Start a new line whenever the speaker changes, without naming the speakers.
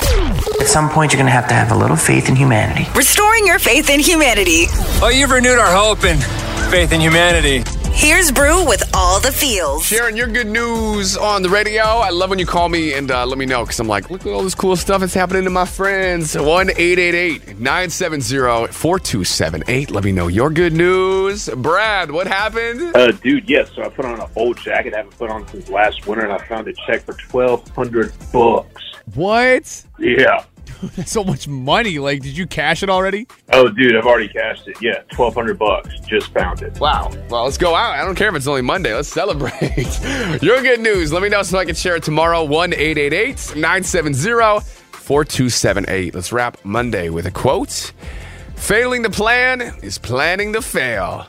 At some point, you're going to have to have a little faith in humanity.
Restoring your faith in humanity.
Oh, you've renewed our hope and faith in humanity.
Here's Brew with all the feels.
Sharon, your good news on the radio. I love when you call me and uh, let me know because I'm like, look at all this cool stuff that's happening to my friends. 1 888 970 4278. Let me know your good news. Brad, what happened?
Uh, dude, yes. So I put on an old jacket I haven't put on since last winter, and I found a check for twelve hundred bucks.
What?
Yeah.
That's so much money. Like, did you cash it already?
Oh, dude, I've already cashed it. Yeah, twelve hundred bucks. Just found it.
Wow. Well, let's go out. I don't care if it's only Monday. Let's celebrate. Your good news. Let me know so I can share it tomorrow. 1 888 970 4278. Let's wrap Monday with a quote Failing to plan is planning to fail.